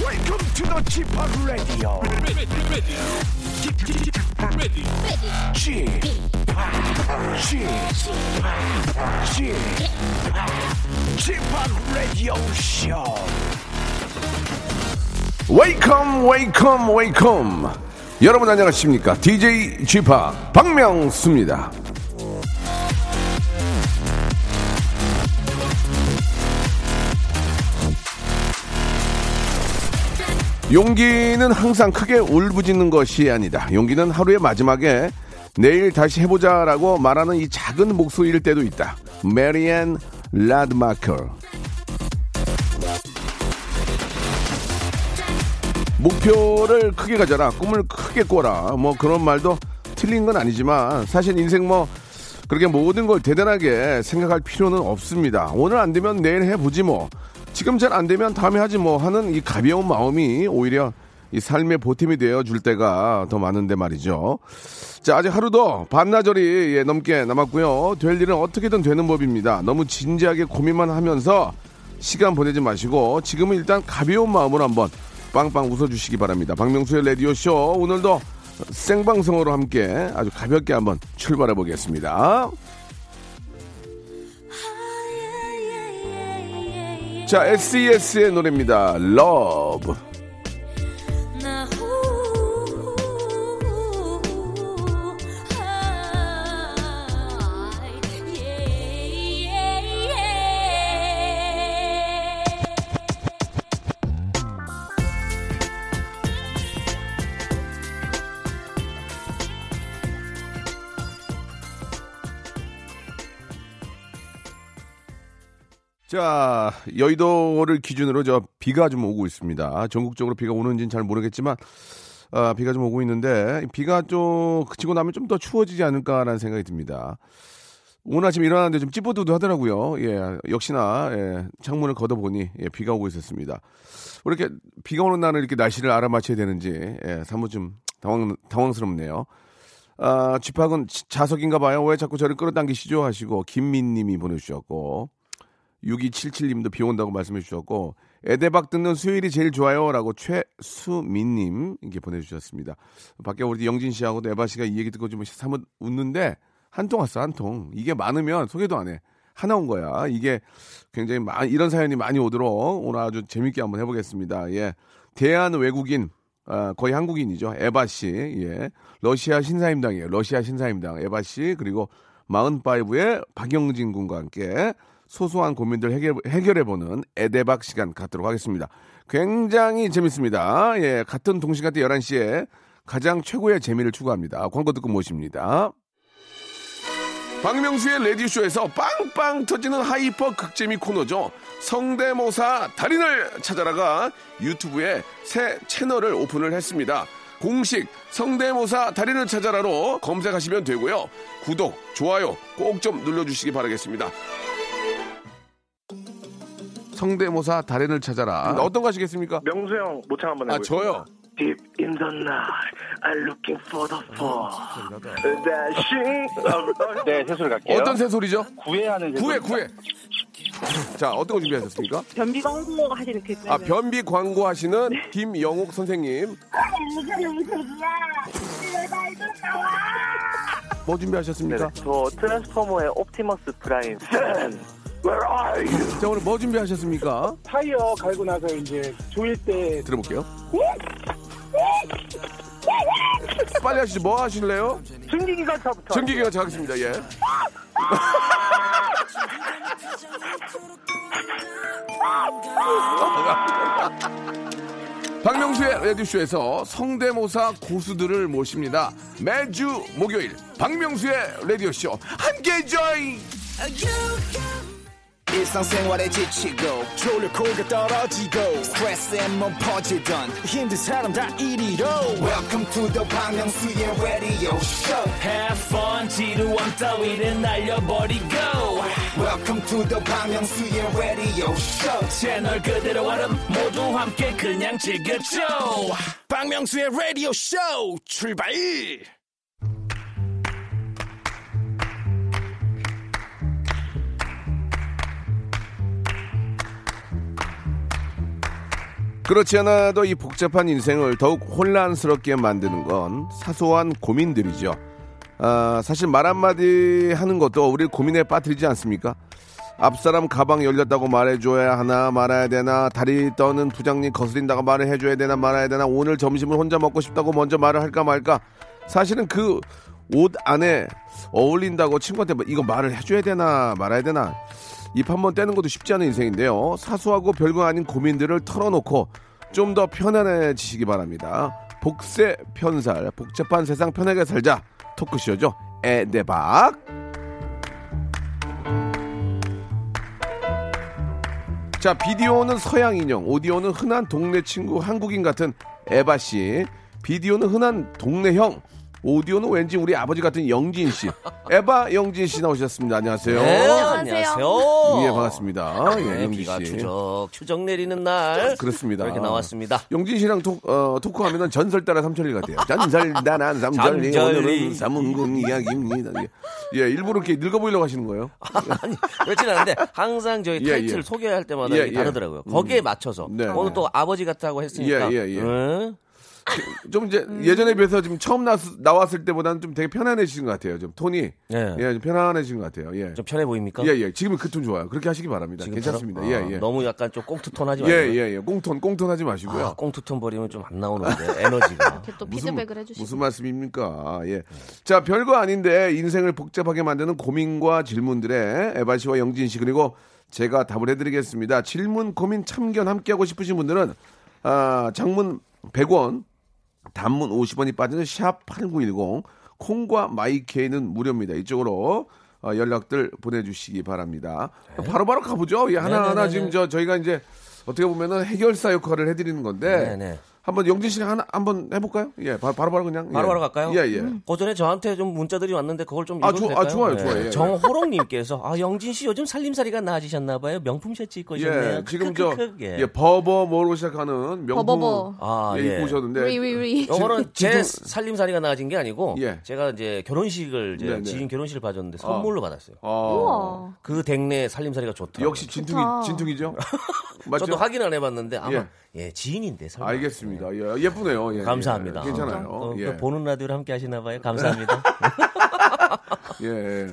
Welcome to the g p o p Radio. ready, ready, ready, g p o p g p g p o p Radio Show. 웨이컴 웨이컴 웨이컴 여러분 안녕하십니까 DJ g p o p 박명수입니다 용기는 항상 크게 울부짖는 것이 아니다 용기는 하루의 마지막에 내일 다시 해보자 라고 말하는 이 작은 목소리일 때도 있다 메리앤 라드마커 목표를 크게 가져라 꿈을 크게 꿔라 뭐 그런 말도 틀린 건 아니지만 사실 인생 뭐 그렇게 모든 걸 대단하게 생각할 필요는 없습니다 오늘 안 되면 내일 해보지 뭐 지금 잘 안 되면 다음에 하지 뭐 하는 이 가벼운 마음이 오히려 이 삶의 보탬이 되어 줄 때가 더 많은데 말이죠 자, 아직 하루도 반나절이 예, 넘게 남았고요. 될 일은 어떻게든 되는 법입니다. 너무 진지하게 고민만 하면서 시간 보내지 마시고 지금은 일단 가벼운 마음으로 한번 빵빵 웃어주시기 바랍니다. 박명수의 라디오 쇼 오늘도 생방송으로 함께 아주 가볍게 한번 출발해 보겠습니다. 자, E SES의 노래입니다. Love. 자, 여의도를 기준으로 저 비가 좀 오고 있습니다. 전국적으로 비가 오는지는 잘 모르겠지만, 아, 비가 좀 오고 있는데, 비가 좀 그치고 나면 좀 더 추워지지 않을까라는 생각이 듭니다. 오늘 아침 일어났는데 좀 찌뿌드드 하더라고요. 예, 역시나, 예, 창문을 걷어보니, 예, 비가 오고 있었습니다. 왜 이렇게 비가 오는 날은 이렇게 날씨를 알아맞혀야 되는지, 예, 사뭇 좀 당황, 당황스럽네요. 아, 집학은 지- 자석인가 봐요. 왜 자꾸 저를 끌어당기시죠? 하시고, 김민 님이 보내주셨고, 6277님도 비 온다고 말씀해 주셨고 에데박 듣는 수요일이 제일 좋아요라고 최수민님 이렇게 보내주셨습니다. 밖에 우리 영진 씨하고도 에바 씨가 이 얘기 듣고 좀 사뭇 웃는데 한 통 왔어 한 통. 이게 많으면 소개도 안 해. 하나 온 거야. 이게 굉장히 많이 이런 사연이 많이 오도록 오늘 아주 재밌게 한번 해보겠습니다. 예, 대한 외국인 아, 거의 한국인이죠. 에바 씨, 예. 러시아 신사임당이에요. 러시아 신사임당 에바 씨 그리고 45의 박영진 군과 함께 소소한 고민들 해결, 해보는 에데박 시간 갖도록 하겠습니다. 굉장히 재밌습니다. 예, 같은 동시간대 11시에 가장 최고의 재미를 추구합니다. 광고 듣고 모십니다. 박명수의 레디쇼에서 빵빵 터지는 하이퍼 극재미 코너죠. 성대모사 달인을 찾아라가 유튜브에 새 채널을 오픈을 했습니다. 공식 성대모사 달인을 찾아라로 검색하시면 되고요. 구독, 좋아요 꼭 좀 눌러주시기 바라겠습니다. 성대모사 달인을 찾아라. 어떤 거 하시겠습니까? 명수 형 모창 한번 아, 해보세요. 저요. Deep in the night, I'm looking for the fall. Dashing. 네, 세수를 예. 갈게요. 어떤 새소리죠? 구애하는 세수. 구해, 구해. 자, 어떤 거 준비하셨습니까? 변비 광고 하시는 네. 그 아, 변비 광고하시는 김영옥 선생님. 뭐 준비하셨습니까? 네, 저 트랜스포머의 옵티머스 프라임. Where are you? 자, 오늘 뭐 준비하셨습니까? 네. 타이어 갈고 나서 이제 조일 때 들어볼게요. 빨리 하시죠. 뭐 하실래요? 증기기관차부터. 아, 전기기가 작겠습니다. 예. 박명수의 라디오쇼에서 성대모사 고수들을 모십니다. 매주 목요일 박명수의 라디오쇼 함께 join. 일상생활에 지치고, 졸려 코가 떨어지고, 스트레스에 몸 퍼지던, 힘든 사람 다 이리로. welcome to the Bang Myung-soo's radio show Have fun 지루함 따위를 날려버리고 welcome to the Bang Myung-soo's radio show 채널 그대로 얼음 모두 함께 그냥 즐겨줘 박명수의 radio show 출발 그렇지 않아도 이 복잡한 인생을 더욱 혼란스럽게 만드는 건 사소한 고민들이죠. 아, 사실 말 한마디 하는 것도 우리 고민에 빠뜨리지 않습니까? 앞사람 가방 열렸다고 말해줘야 하나 말아야 되나 다리 떠는 부장님 거스린다고 말을 해줘야 되나 말아야 되나 오늘 점심을 혼자 먹고 싶다고 먼저 말을 할까 말까 사실은 그 옷 안에 어울린다고 친구한테 뭐 이거 말을 해줘야 되나 말아야 되나 입 한 번 떼는 것도 쉽지 않은 인생인데요 사소하고 별거 아닌 고민들을 털어놓고 좀 더 편안해지시기 바랍니다 복세 편살 복잡한 세상 편하게 살자 토크쇼죠 에데박 자, 비디오는 서양 인형, 오디오는 흔한 동네 친구 한국인 같은 에바 씨. 비디오는 흔한 동네 형, 오디오는 왠지 우리 아버지 같은 영진 씨. 에바 영진 씨 나오셨습니다. 안녕하세요. 네. 안녕하세요. 예, 반갑습니다. 예, 어. 네, 영진 비가 씨. 아, 추적 추적 내리는 날 그렇습니다. 이렇게 나왔습니다. 영진 씨랑 토, 어, 토크하면 전설 따라 삼천리 같아요. 전설 따라 삼천리. 삼천리. 오늘은 삼은궁 이야기입니다. 예. 예, 일부러 이렇게 늙어 보이려고 하시는 거예요? 아니 그렇진 않은데 항상 저희 예, 타이틀 예. 소개할 때마다 예, 이게 예. 다르더라고요. 거기에 맞춰서 네. 오늘 또 아버지 같다고 했으니까 예, 예, 예. 응? 좀 이제 예전에 비해서 지금 처음 나, 나왔을 때보다는 좀 되게 편안해지신 것 같아요. 좀 톤이 예. 예, 좀 편안해진 것 같아요. 예. 좀 편해 보입니까? 예, 예. 지금 그 톤 좋아요. 그렇게 하시기 바랍니다. 괜찮습니다. 아, 예, 예. 너무 약간 좀 꽁트톤 하지 예, 말고 예, 예. 꽁톤, 꽁톤 하지 마시고요. 아, 꽁트톤 버리면 좀 안 나오는데 에너지가 예. 이렇게 또 피드백을 해주시고 무슨 말씀입니까? 예. 자, 별거 아닌데 인생을 복잡하게 만드는 고민과 질문들에 에바 씨와 영진 씨 그리고 제가 답을 해드리겠습니다. 질문, 고민, 참견 함께하고 싶으신 분들은 아, 장문 100원, 단문 50원이 빠지는 샵 8910 콩과 마이케이는 무료입니다. 이쪽으로 어, 연락들 보내주시기 바랍니다. 바로바로 가보죠. 예, 하나하나 네. 네네네네. 지금 저 저희가 이제 어떻게 보면은 해결사 역할을 해드리는 건데 네네. 한번 영진 씨랑 하나 한번 해볼까요? 예, 바, 바로 바로 그냥 바로 예. 바로 갈까요? 예, 예. 그 전에 저한테 좀 문자들이 왔는데 그걸 좀 아, 읽어도 좋- 될까요? 아, 좋아요, 좋아요. 예, 정호롱님께서 아 영진 씨 요즘 살림살이가 나아지셨나 봐요. 명품 셔츠 입고 오셨네요. 예, 지금 저 크크크크. 예. 예, 버버 뭐로 시작하는 명품 버버버. 아, 예, 예. 입고 오셨는데 우리 우리 우리 영어는 진- 제 진정- 살림살이가 나아진 게 아니고 예. 제가 이제 결혼식을 이제 네네. 지인 결혼식을 봐줬는데 선물로 받았어요. 아, 우와 그 댁내 살림살이가 좋다. 역시 진퉁이 좋다. 진퉁이죠. 맞죠? 저도 확인 안 해봤는데 아마 예. 예, 지인인데 설마. 알겠습니다. 예, 예쁘네요. 예, 감사합니다. 예, 괜찮아요. 어, 예. 보는 라디오를 함께 하시나 봐요. 감사합니다. 예, 예.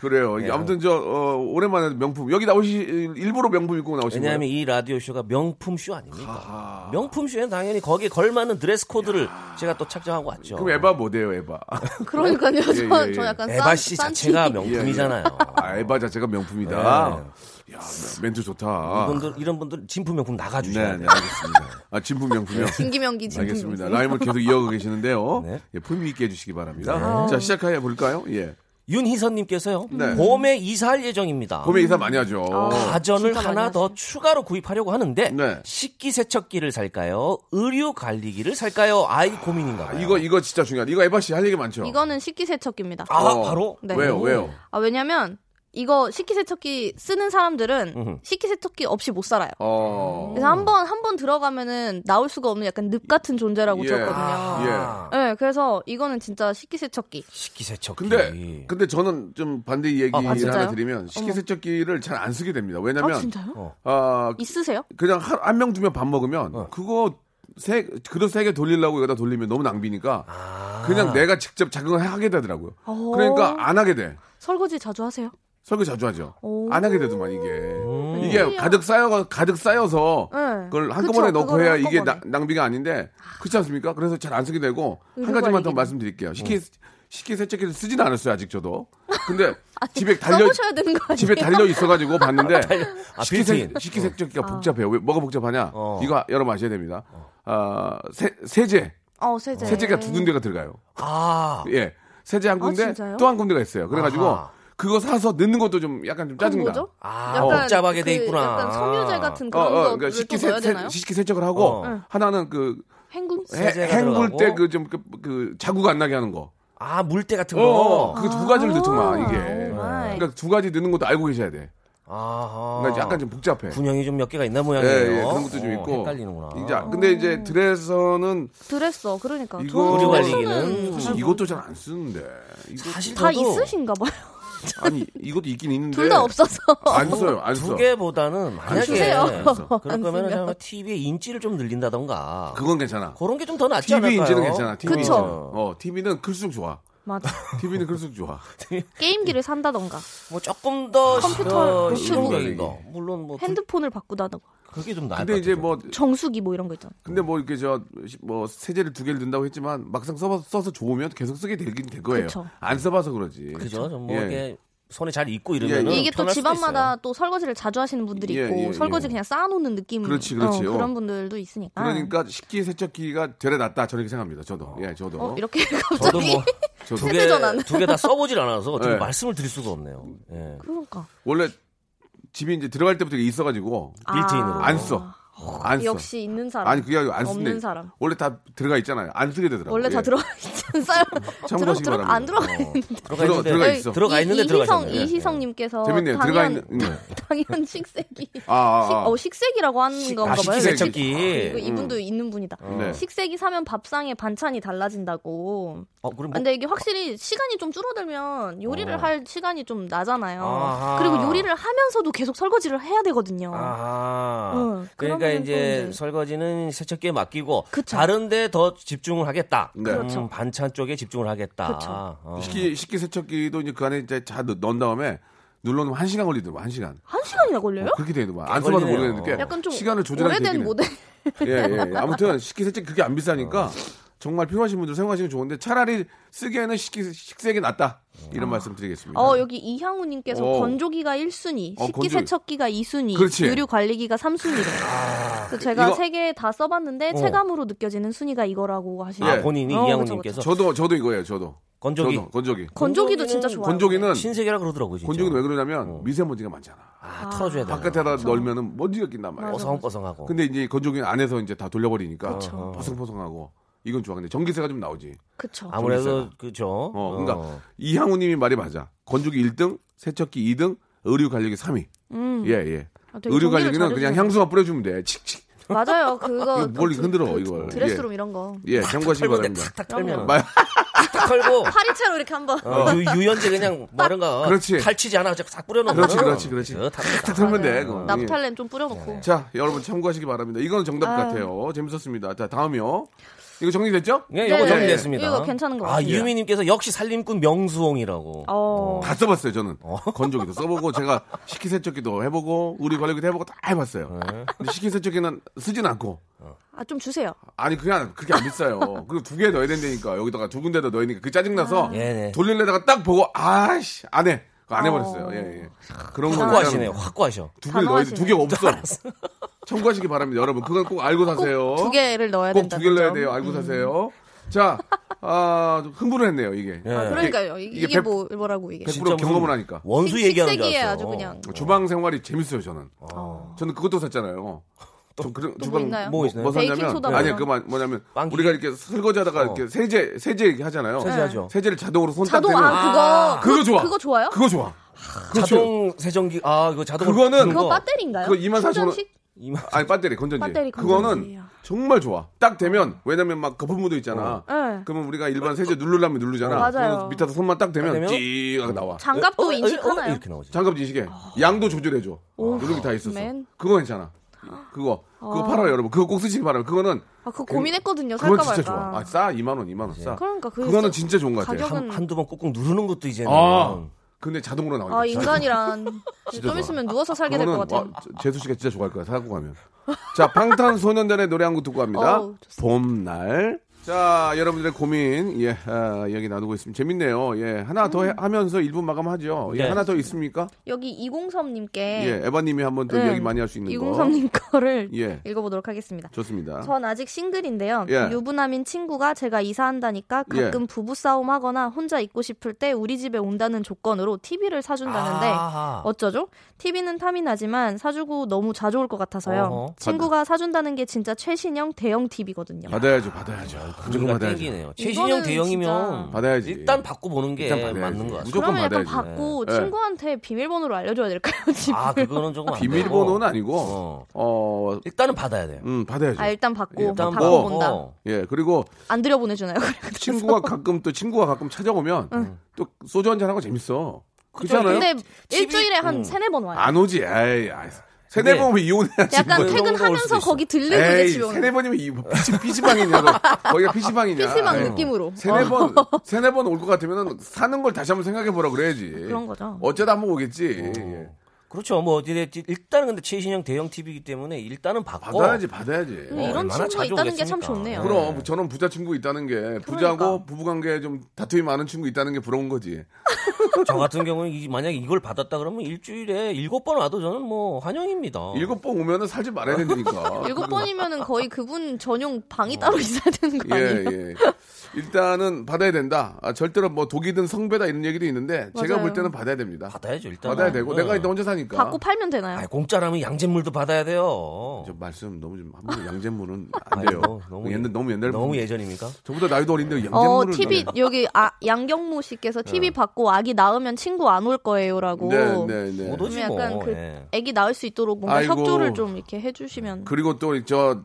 그래요. 이게 아무튼 저 어, 오랜만에 명품 여기 나오시 일부러 명품 입고 나오신 거예요. 왜냐하면 이 라디오 쇼가 명품 쇼 아닙니까? 명품 쇼에는 당연히 거기에 걸맞는 드레스 코드를 제가 또 착장하고 왔죠. 그럼 에바 뭐대요, 에바? 그러니까요 예, 저, 예. 저 약간 에바 씨 싼- 싼 자체가 티. 명품이잖아요. 아, 에바 자체가 명품이다. 야, 멘트 좋다. 이분들 이런 분들 진품 명품 네, 나가주셔야 예. 네, 돼요. 알겠습니다. 아, 진품 명품이요. 진기명기 진기명기 알겠습니다. 라임을 계속 이어가 계시는데요. 예, 품위 있게 해주시기 바랍니다. 자, 시작해 볼까요? 예. 윤희선님께서요. 네. 봄에 이사할 예정입니다. 봄에 이사 많이 하죠. 가전을 진짜 많이 하나 더 추가로 구입하려고 하는데 어, 네. 식기 세척기를 살까요? 의류 관리기를 살까요? 아이 고민인가 봐요. 이거, 이거 진짜 중요하다. 이거 에바 씨 할 얘기 많죠? 이거는 식기세척기입니다 아 어. 바로 네. 왜요, 왜요? 아 왜냐면 이거 식기세척기 쓰는 사람들은 음흠. 식기세척기 없이 못 살아요 어. 그래서 한 번 한 번 들어가면은 나올 수가 없는 약간 늪 같은 존재라고 예. 들었거든요. 아, 네, 그래서 이거는 진짜 식기세척기. 식기 세척기. 근데, 그 근데 저는 좀 반대 얘기를 아, 진짜요? 하나 드리면 식기세척기를 잘 안 쓰게 됩니다. 아 왜냐면, 진짜요? 아, 있으세요? 그냥 한 명 두 명 밥 먹으면 그거 세 그릇 세 개 돌리려고 여기다 돌리면 너무 낭비니까 그냥 내가 직접 작업을 하게 되더라고요. 오. 그러니까 안 하게 돼. 설거지 자주 하세요? 설거 자주 하죠. 오. 안 하게 되더만 이게 이게 가득 쌓여 가득 쌓여서 네. 그걸 한꺼번에 그쵸, 넣고 그거를 해야 이게 한꺼번에. 나- 낭비가 아닌데 그렇지 않습니까? 그래서 잘 안 쓰게 되고 한 의료가 가지만 더 이게- 말씀드릴게요. 식기 식기 세척기를 쓰진 않았어요 아직 저도. 근데 집에 달려 써보셔야 되는 거 아니에요? 집에 달려 있어가지고 봤는데 아, 식기세, 빌트인. 식기세척기가 어. 복잡해요. 왜 뭐가 복잡하냐? 어. 이거 여러분 아셔야 됩니다. 아 세, 세제 어 세제. 세제가 두 군데가 들어가요. 아 예, 세제 한 군데 아, 진짜요? 또 한 군데가 있어요. 그래가지고 아하. 그거 사서 넣는 것도 좀 약간 좀 그건 짜증나. 뭐죠? 아, 약간 복잡하게 그 돼 있구나. 약간 섬유제 같은 어, 그런 어, 거를 그러니까 식기 또 넣어야 세, 되나요? 식기 세척을 하고 어. 하나는 그 행군. 해- 세제가 헹굴 들어가고. 때 그 좀 그 자국 안 나게 하는 거. 아 물때 같은 어, 어, 거. 그 두 가지를 넣더만 이게. 오 마이. 그러니까 두 가지 넣는 것도 알고 계셔야 돼. 아하. 그러니까 어. 약간 좀 복잡해. 군형이 좀 몇 개가 있나 예, 모양이에요. 예, 그런 것도 좀 어, 있고. 헷갈리는구나. 이제 근데 이제 드레서는 드레서 그러니까. 이거- 저는 의료 관리기는 드레서는 사실 이것도 네. 잘 안 쓰는데. 이거 사실 다 저도 있으신가 봐요. 아니 이것도 있긴 있는데 둘 다 없어서. 안 써요 안 써. 두 개보다는 만약에 쓰세요. 그럴 안 거면 쓰면. 그냥 TV의 인지를 좀 늘린다던가 그건 괜찮아. 그런 게 좀 더 낫지 TV 않을까요? 인지는 괜찮아. TV 그쵸. 인지는. 어 TV는 클수록 좋아. 맞아. TV는 클수록 좋아. 게임기를 산다던가 뭐 조금 더 컴퓨터, 어, 노트북. 실용적인 거 물론 뭐 핸드... 핸드폰을 바꾸다던가 그게 좀 나을 근데 것 이제 같아요. 뭐 정수기 뭐 이런 거 있잖아. 근데 뭐 이렇게 저 뭐 세제를 두 개를 든다고 했지만 막상 써봐, 써서 좋으면 계속 쓰게 되긴 될 거예요. 그쵸. 안 써봐서 그러지. 그렇죠. 그죠? 좀뭐 예. 이게 손에 잘 익고 예, 이러면 예. 이게 또 집안마다 또 설거지를 자주 하시는 분들이 예, 있고 예, 예. 설거지 그냥 쌓아놓는 느낌 그렇지, 그렇지. 어, 어. 그런 분들도 있으니까 그러니까 식기세척기가 되레 낫다 저렇게 생각합니다. 저도 예 저도 어, 이렇게 저도 갑자기 뭐 저도 두 개, 세대전환. 두 개 다 써보질 않아서 어떻게 예. 말씀을 드릴 수가 없네요. 예. 그러니까 원래 집이 이제 들어갈 때부터 이게 있어가지고 빌트인으로. 안 써. 안 써. 아, 역시 있는 사람 아니 그게 아니고 안 쓴데 없는 사람 원래 다 들어가 있잖아요. 안 쓰게 되더라고요. 원래 다 예. 들어가 있는 사람 들어 참고하시기 들어 안 바랍니다. 들어- 들어가 있는데 들어가 있는데 들어가 있어. 들어가 있는데 이, 들어가셨네요. 이희성 예. 이희성님께서 재밌네요. 들어가 당연 있는 네. 당연 식세기 아, 아, 아. 식, 어, 식세기라고 하는 건가 아, 봐요. 식기세척기. 이거 음. 이분도 있는 분이다. 네. 식세기 사면 밥상에 반찬이 달라진다고. 아, 어, 그럼 뭐 근데 이게 확실히 시간이 좀 줄어들면 요리를 어. 할 시간이 좀 나잖아요. 아하. 그리고 요리를 하면서도 계속 설거지를 해야 되거든요. 뭐- 아. 응, 그러니까 어, 그러면은 이제 또 이제- 설거지는 세척기에 맡기고 그쵸. 다른데 더 집중을 하겠다. 음, 네. 그렇죠. 반찬 쪽에 집중을 하겠다. 그쵸. 어. 식기 식기세척기도 이제 그 안에 이제 다 넣- 넣은 다음에 눌러놓으면 한 시간 걸리더라고 한 시간. 한 시간이나 걸려요? 뭐 그렇게 되더만. 안 써봐도 어, 걸리네요. 모르겠는데 이렇게 약간 좀 시간을 조절하는 오래된 모델. 예, 예, 예. 아무튼 식기세척 그게 안 어. 비싸니까 정말 필요하신 분들 사용하시면 좋은데 차라리 쓰기에는 식기 식세기 낫다 이런 말씀 드리겠습니다. 어 여기 이향우님께서 오. 건조기가 1순위, 어, 건조기. 식기세척기가 2순위, 그렇지. 아, 유류관리기가 3순위래. 그래서 제가 이거- 세 개 다 써봤는데 어. 체감으로 느껴지는 순위가 이거라고 하시네요. 아, 예. 본인이 어, 이양우님께서 저도 저도 이거예요. 저도 건조기. 저도 건조기. 건조기도 진짜 좋아요. 건조기는 신세계라 그러더라고요. 진짜. 건조기는 왜 그러냐면 어. 미세먼지가 많잖아. 아, 털어줘야 되나. 바깥에다 넣으면은 먼지가 낀단 말이야. 어성어성하고. 근데 이제 건조기는 안에서 이제 다 돌려버리니까 포송포송하고 이건 좋아. 근데 전기세가 좀 나오지. 그쵸. 아무래도 재밌어요. 그죠. 어, 그러니까 어. 이향우님이 말이 맞아. 건조기 1등, 세척기 2등, 의류 관리기 3위. 음. 예 예. 아, 되게 의류 정리를 관리기는 잘해주시네. 그냥 향수만 뿌려주면 돼. 칙칙. 맞아요. 그거 이거 뭘 흔들어, 이걸. 드레스룸 이런 거. 예, 참고하시기 털고 바랍니다. 탁탁 털면 마- 탁 털고 파리채로 이렇게 한번. 어, 유- 유연제 그냥 뭐든가 그렇지. 탈취지 하나 싹 뿌려놓고 어. 그렇지, 그렇지, 그렇지. 탁탁 탁 털면 돼. 그거. 예. 나프탈렌 좀 뿌려놓고. 자, 여러분 참고하시기 바랍니다. 이건 정답 같아요. 재밌었습니다. 자, 다음이요. 이거 정리됐죠? 예, 요거 네, 정리했습니다. 이거 괜찮은 것 아, 같아요. 유미님께서 역시 살림꾼 명수홍이라고. 어. 다 써봤어요, 저는. 건조기도 써보고, 제가 식기세척기도 해보고, 의류 관리기도 해보고 다 해봤어요. 근데 식기세척기는 쓰진 않고. 아, 좀 주세요. 아니, 그냥, 그게 안 비싸요. 그리고 두 개 넣어야 된다니까. 여기다가 두 군데다 넣으니까. 그 짜증나서 네네. 돌릴려다가 딱 보고, 아씨, 안 해. 그거 안 해버렸어요. 예, 예. 그런 거. 확고하시네요, 확고하셔. 두개 넣어야 돼. 단호하시네. 두개 없어. 참고하시기 바랍니다. 여러분, 그건 꼭 알고 사세요. 두 개를 넣어야 꼭 된다. 두 개를 넣어야 돼요. 음. 알고 사세요. 자, 아, 좀 흥분을 했네요, 이게. 아, 그러니까요. 이게, 이게 이게 백- 뭐, 뭐라고 이게. 100% 경험을 하니까. 원수 얘기하는 줄 식세기에 알았어. 아주 그냥. 주방 생활이 재밌어요, 저는. 저는 그것도 샀잖아요. 저 그런 뭐 있나요? 뭐 있나요? 뭐 베이킹 샀냐면 소다 아니 그런 그 마- 뭐냐면 빵기? 우리가 이렇게 설거지하다가 어. 이렇게 세제 세제 이렇게 하잖아요. 네. 세제하죠. 세제를 자동으로 손 자동, 딱 대면 아, 그거. 그거 좋아. 그거 좋아요? 그거 좋아. 그거 좋아. 자동 세정기, 아, 이거 자동. 그렇죠. 그거는- 그거 배터리인가요? 그거 24,000원 충전식? 아니 배터리 건전지. 배터리 그거는 건전지야. 예. 정말 좋아. 딱 되면 왜냐면 막 거품 묻어 있잖아. 네. 그러면 우리가 일반 세제 누르려면 누르잖아. 맞아요. 그러면 밑에서 손만 딱 딱 대면 대면? 찌가 나와. 장갑도 어, 인식하나요? 어, 이렇게 나오지. 장갑 인식에 양도 조절해 줘. 이런 게 다 있었어. 어. 맨. 그거 괜찮아. 그거 그거 팔아요, 여러분. 그거 꼭 쓰시기 바랍니다. 그거는 아, 그거 고민했거든요. 그건 살까 진짜 말까. 좋아. 아, 싸 2만 원, 2만 원 예. 싸. 그러니까 그게 거는 진짜 진짜 좋은 것 같아요. 가격은 한두 번 꾹꾹 누르는 것도 이제는. 아, 근데 자동으로 나오니까. 아 인간이란 좋아. 좀 있으면 누워서 살게 될 것 같아요. 재수 씨가 진짜 좋아할 거야. 사고 가면. 자, 방탄소년단의 노래 한 곡 듣고 갑니다. 어우, 좋습니다. 봄날. 자, 여러분들의 고민 예, 아, 이야기 나누고 있습니다. 재밌네요. 예, 하나 더 음. 해- 하면서 1분 마감하죠. 예, 네. 하나 더 있습니까? 여기 이공섭님께 예, 에바님이 한 번 더 음, 이야기 많이 할 수 있는 거. 네. 이공섭님 거를 예. 읽어보도록 하겠습니다. 좋습니다. 전 아직 싱글인데요. 예. 유부남인 친구가 제가 이사한다니까 가끔 예. 부부 싸움하거나 혼자 있고 싶을 때 우리 집에 온다는 조건으로 TV를 사준다는데 아하. 어쩌죠? TV는 탐이 나지만 사주고 너무 자주 올 것 같아서요. 어허. 친구가 사준다는 게 진짜 최신형 대형 TV거든요. 받아야죠, 받아야죠. 무조건 분위기가 받아야죠. 땡기네요. 최신형 이거는 대형이면 진짜- 받아야지. 일단 받고 보는 게 일단 받아야지. 맞는 것 같아요. 무조건 그러면 약간 받아야지. 받고 예. 친구한테 비밀번호를 알려줘야 될까요? 지금? 아, 그거는 조금 안 되고. 비밀번호는 아니고, 어. 어, 일단은 받아야 돼요. 음, 받아야죠. 아 일단 받고 일단 받고 뭐- 본다. 어. 예, 그리고 안 들여보내주나요? 그래서? 친구가 가끔 또 친구가 가끔 찾아오면 또 소주 한잔 하고 재밌어. 그렇지 않아요? 아, 근데 TV? 일주일에 한 세네 번 와요. 안 오지. 에이, 아이, 세네 근데 번이면 이혼해야지. 약간 뭐. 퇴근하면서 거기 들리고 이제 에이, 집에 오는 세네 번이면 이 피치, 피지방이냐고. 거기가 피지방이냐. PC방 아유. 느낌으로. 어, 세네 번, 세네 번 올 것 같으면 사는 걸 다시 한번 생각해 보라 그래야지. 그런 거죠. 어쩌다 한번 오겠지. 그렇죠. 뭐 어디 일단은 근데 최신형 대형 TV이기 때문에 일단은 받고 받아야지, 받아야지. 어. 음, 이런 얼마나 친구가 자주 있다는 게 참 오겠습니까? 좋네요. 그럼 뭐 저는 부자 친구 있다는 게 부자고 그러니까. 부부관계에 좀 다툼이 많은 친구 있다는 게 부러운 거지. 그렇죠. 저 같은 경우는 이- 만약에 이걸 받았다 그러면 일주일에 일곱 번 와도 저는 뭐 환영입니다. 일곱 번 오면은 살지 말아야 된다니까. 일곱 번이면은 거의 그분 전용 방이 따로 있어야 되는 거 아니에요? 예, 예. 일단은 받아야 된다. 아, 절대로 뭐 독이든 성배다 이런 얘기도 있는데 제가 맞아요. 볼 때는 받아야 됩니다. 받아야죠 어. 일단. 받아야 되고 내가 너 혼자 사니까. 받고 팔면 되나요? 아 공짜라면 양잿물도 받아야 돼요. 저 말씀 너무 좀 한번 양잿물은 안 돼요. 아이고, 너무 옛날 너무 옛날 너무 분. 예전입니까? 저보다 나이도 어린데 어, 양잿물을 TV 여기 아, 양경무 씨께서 TV 받고 아기 낳으면 친구 안 올 거예요라고. 네, 네, 네. 못 오지 좀 뭐. 약간 그 예. 아기 낳을 수 있도록 뭔가 아이고. 협조를 좀 이렇게 해주시면. 그리고 또 저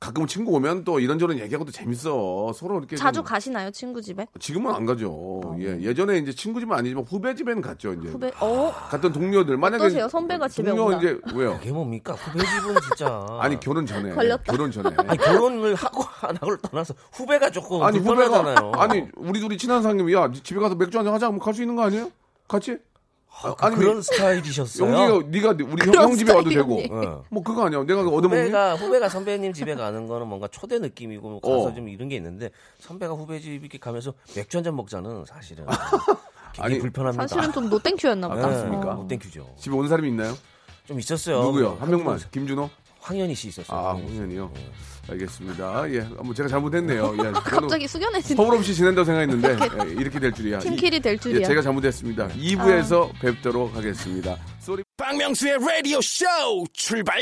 가끔 친구 오면 또 이런저런 얘기하고 또 재밌어. 서로 이렇게 자주 좀- 가시나요 친구 집에? 지금은 안 가죠. 예, 예전에 이제 친구 집은 아니지만 후배 집에는 갔죠. 이제 후배 어 갔던 동료들 만약에 어떠세요? 선배가 집에 동료 온다. 이제 왜요? 그게 뭡니까? 후배 집은 진짜. 아니 결혼 전에 걸렸다. 결혼 전에 네. 아니, 결혼을 하고 안 하고를 떠나서 후배가 조금 아니 어, 불편하잖아요. 후배가 아니 우리 둘이 친한 사람이 야 집에 가서 맥주 한잔 하자 하면 갈 수 있는 거 아니에요? 같이? 아, 아니, 그런 스타일이셨어요. 영지가 네가 우리 형, 형 집에 와도 되고 예. 뭐 그거 아니야 내가 얻어먹는 게? 후배가 후배가 선배님 집에 가는 거는 뭔가 초대 느낌이고 뭐 가서 어. 좀 이런 게 있는데 선배가 후배 집 이렇게 가면서 맥주 한 잔 먹자는 사실은 굉장히 아니, 불편합니다. 네. 사실은 좀 노땡큐였나 아, 보다. 그렇습니까? 어. 못 땡큐죠. 집에 온 사람이 있나요? 좀 있었어요. 누구요? 한 명만 김준호? 황현희 씨 있었어요. 네. 아 황현희 씨. 홍현이요 알겠습니다 예, 아, 뭐 제가 잘못했네요 예, 갑자기 숙연해진 서울 없이 지낸다고 생각했는데 예, 이렇게 될 줄이야 팀킬이 될 줄이야. 아. 예, 제가 잘못했습니다 2부에서 뵙도록 하겠습니다 쏘리 박명수의 라디오 쇼 출발.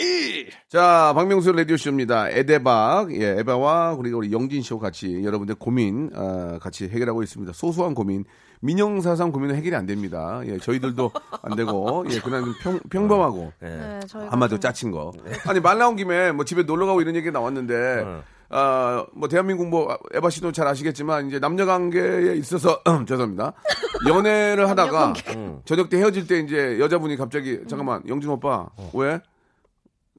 자, 박명수 라디오 쇼입니다. 에데박, 예, 에바와 그리고 우리 영진 씨와 같이 여러분들 고민 아, 같이 해결하고 있습니다. 소소한 고민, 민영사상 고민은 해결이 안 됩니다. 예, 저희들도 안 되고, 예, 그냥 평, 평범하고 네. 네, 저희가 아마도 좀- 짜친 거. 아니 말 나온 김에 뭐 집에 놀러 가고 이런 얘기 나왔는데 네. 아, 뭐 대한민국 뭐 에바 씨도 잘 아시겠지만 이제 남녀 관계에 있어서 죄송합니다. 연애를 하다가 저녁 때 헤어질 때 이제 여자분이 갑자기 잠깐만 영준 오빠 어. 왜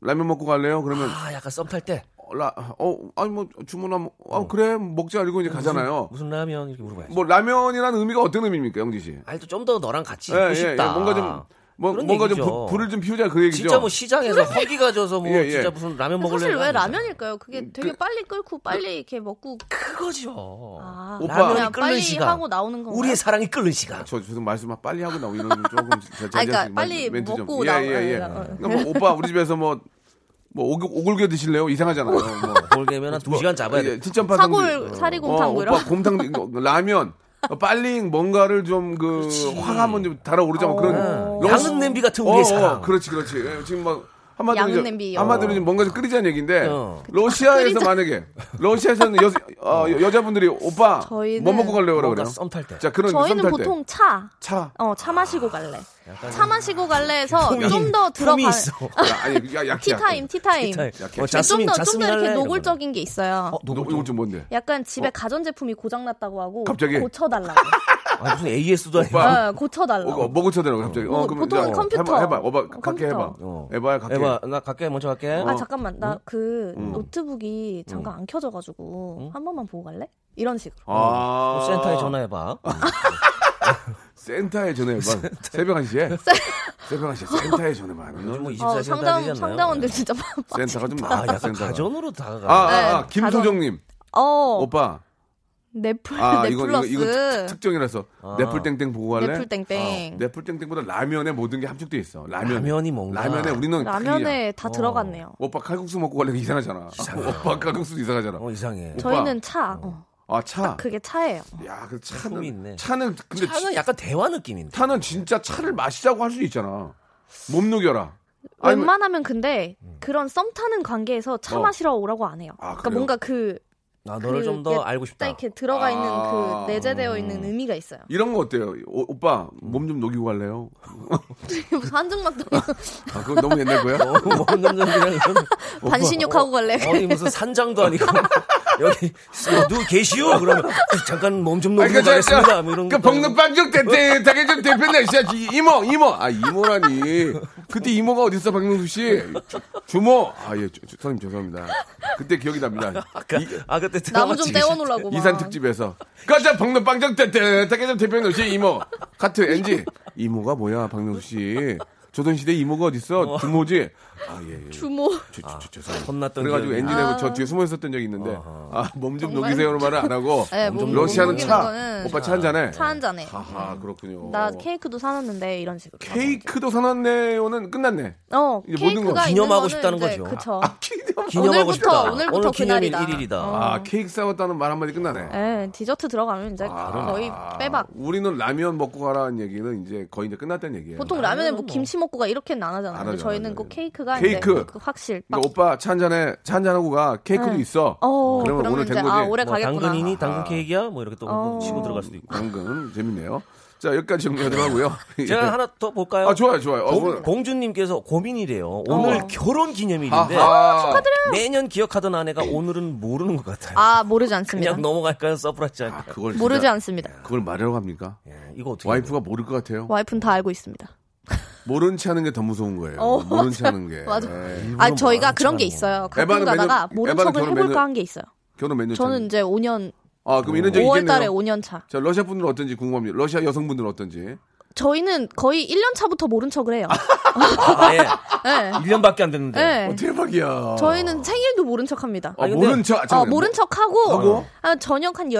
라면 먹고 갈래요? 그러면 아 약간 썸 탈 때 어, 라, 어 아니 뭐 주문하면 어. 아 그래 먹자 이러고 이제 가잖아요. 무슨 라면 이렇게 물어봐야지. 뭐 라면이라는 의미가 어떤 의미입니까, 영진 씨? 아니 또 좀 더 너랑 같이 예, 있고 예, 예. 싶다. 뭔가 좀 뭐, 그런 뭔가 좀 얘기죠. 불- 불을 좀 피우자 그 얘기죠. 진짜 뭐 시장에서 허기가 져서 뭐 예, 예. 진짜 무슨 라면 먹을래? 사실 왜 라면일까요? 그게 되게 빨리 끓고 빨리 이렇게 먹고 그거죠. 아, 오빠. 라면이 그냥 끓는 빨리 시간. 하고 나오는 건가요? 우리의 사랑이 끓는 시간. 저 죄송 말씀 빨리 하고 나오고 이런 좀 조금 제가 아, 그러니까 자제하시고 빨리 멘- 멘트 좀. 먹고 예, 나오- 예, 예. 아, 아, 아. 그러니까 뭐 오빠 우리 집에서 뭐 뭐 오글겨 드실래요? 이상하잖아요. 뭐. 예, 돌게면 한 두 시간 잡아야 돼. 칠천파전. 어, 사골 사리곰탕 뭐 이런 오빠 곰탕 뭐, 라면 어, 빨리 뭔가를 좀 그 화가면 좀 달아오르자면 뭐 그런 어. 너무- 양은 냄비 같은 우리의 어, 사랑. 어, 그렇지 그렇지. 예, 지금 막 한마디로 양은 이제- 냄비요. 어. 한마디로 이제 뭔가 좀 끓이자는 얘기인데 어. 러시아에서 만약에 러시아에서는 여, 어, 여- 여자분들이 오빠 저희는 뭐 먹고 갈래요 그래요? 뭔가 썸 탈 때. 자 그런 저희는 썸탈 보통 차. 차. 어, 차 마시고 갈래. 차 마시고 갈래에서 품이- 좀 더 품이 들어가. 있어. 야, 아니 야, 약해. 티타임, 티타임. 아, 어, 네, 좀 자스민, 더, 좀 자스민 더 이렇게 할래? 노골적인 게 있어요. 이러면. 어, 노, 노골적. 이건 좀 뭔데? 약간 집에 가전제품이 고장났다고 하고 어? 갑자기? 고쳐달라고. 아, 무슨 AS도 아니고. 오빠. 어, 고쳐달라고. 어, 먹고 쳐대라고 갑자기. 어, 뭐, 그럼 보통은 야, 컴퓨터. 해봐, 해봐. 오빠, 어, 각게 해봐. 컴퓨터. 어. 에바야, 각게. 에바, 나 갈게, 먼저 갈게. 어? 어, 아 잠깐만 나 그 노트북이 잠깐 안 어? 켜져가지고 한 번만 보고 갈래? 이런 식으로. 아. 어, 센터에 전화해봐. 센터에 전화해봐. 새벽 1시에? 새벽 1시에 센터에 전화해봐. 요즘 뭐 24시간 어, 다 상담 되잖아요. 상담원들 진짜 막. 네. 센터가 좀 아, 많아, 약간 센터가. 가전으로 아, 다가가. 아, 아, 네, 김소정님. 어 오빠. 넷플 아, 이건, 이건, 넷플러스 이건 특- 특정이라서. 아. 넷플땡땡 보고 갈래? 어, 네. 넷플땡땡 넷플땡땡보다 라면에 모든 게 함축돼 있어. 라면. 라면이 뭔가. 라면에 우리는. 어, 큰일이야. 라면에 다 들어갔네요. 오빠 칼국수 먹고 갈래? 이상하잖아. 오빠 칼국수 이상하잖아. 어, 이상해. 저- 저희는 차. 어, 아, 차. 그게 차예요. 야, 그 품이 차는. 있네. 차는, 근데 차는 약간 대화 느낌인데. 차는 진짜 차를 마시자고 할 수 있잖아. 못 녹여라. 아니면- 뭐- 음. 웬만하면 근데 그런 썸 타는 관계에서 차 어. 마시러 오라고 안 해요. 아, 그러니까 그래요? 뭔가 그 아, 너를 좀 그게 더 알고 딱 싶다. 이렇게 들어가 있는 아. 그 내재되어 있는 의미가 있어요. 이런 거 어때요? 오, 오빠 음. 몸 좀 녹이고 갈래요? 무슨 한증막도 아니고 아, 그건 너무 옛날 뭐, 어, 거야? 뭔 남자 그냥 그런- 반신욕하고 갈래. 어디 무슨 산장도 아니고 여기 누구 계시오? 그러면 잠깐 몸 좀 아니, 그, 놓고 저, 저, 가겠습니다. 뭐 이런 그, 것도 벅는 빵죽 대표, 대좀 대표님, 진짜 이- 이모, 이모. 아, 이모라니. 그때 이모가 어딨어, 박명수 씨? 주, 주모. 아, 예, 주, 주- 선생님 죄송합니다. 그때 기억이 납니다. 아까 이- 아 그때 나무 드라마 좀 찍으실 때 떼어놓으라고. 막. 이산 특집에서 가자 박명 빵정 때때 대개점 대표님 씨 이모 카트 엔지 이모가 뭐야 박명수 씨 조선 시대 이모가 뭐. 어딨어 주모지 아예예 주모. 죄송합니다 아, 혼났던 그래가지고 기억이 엔지 내고 저 뒤에 숨어 있었던 적이 있는데 아 몸 좀 녹이세요로 말을 안 하고 네, 몸 좀 러시아는 녹이는 차 거는 오빠 차 한 잔해 차 한 잔에. 네. 아하 그렇군요 나 케이크도 사놨는데 이런 식으로. 케이크도 사놨네요는 끝났네 어, 이제 케이크가 모든 거 있는 기념하고 거는 싶다는 이제 거죠. 그쵸. 아 케이크 기념하고 오늘부터, 싶다. 오늘부터 오늘 기념일 그날이다. 어, 1일이다. 아 케이크 싸웠다는 말 한마디 끝나네 예, 디저트 들어가면 이제 아, 거의 빼박. 우리는 라면 먹고 가라는 얘기는 이제 거의 이제 끝났다는 얘기예요. 보통 라면에 뭐 김치 먹고 가 이렇게는 안 하잖아요. 안 근데 하죠, 안 저희는 하죠. 꼭 케이크가 케이크. 이제 그 확실. 빡. 그러니까 오빠 차 한잔에 차 한잔하고 가 케이크도 응. 있어. 어, 그러면 그러면 오늘 이제 된 거지. 아, 오래 뭐 가겠구나. 당근이니 아. 당근 케이크야? 뭐 이렇게 또 어. 치고 들어갈 수도 있고. 당근 재밌네요. 자 여기까지 정리하도록 하고요. 예. 제가 하나 더 볼까요? 아 좋아요 좋아요. 어, 오늘- 공, 주님께서 고민이래요. 오늘 결혼 기념일인데 아하. 매년 기억하던 아내가 오늘은 모르는 것 같아요. 아, 모르지 않습니다. 그냥 넘어갈까요? 서프라이즈 아, 할까요? 그걸 진짜- 모르지 않습니다. 그걸 말하라고 합니까? 예, 이거 어떻게 와이프가 모를 것 같아요. 와이프는 다 알고 있습니다. 모른 채 하는 게 더 무서운 거예요. 어, 모른 맞아. 채 하는 게. 맞아. 예. 아, 저희가 많이 그런 게 참아요. 있어요. 에바는 가끔 매년- 가다가 모른 에바는 척을 저는 해볼까 매년- 한 게 있어요. 결혼 몇년 차? 저는 이제 5년, 아 그럼 이런 적이 5월 달에 있겠네요. 5년 차. 자 러시아 분들은 어떤지 궁금합니다. 러시아 여성분들은 어떤지. 저희는 거의 1년 차부터 모른 척을 해요. 아, 예. 예. 1년밖에 안 됐는데. 예. 네. 어, 대박이야. 저희는 생일도 모른 척합니다. 아, 아니, 근데- 모른 척. 아, 어, 잠깐만요. 모른 척하고 하고? 아, 저녁 한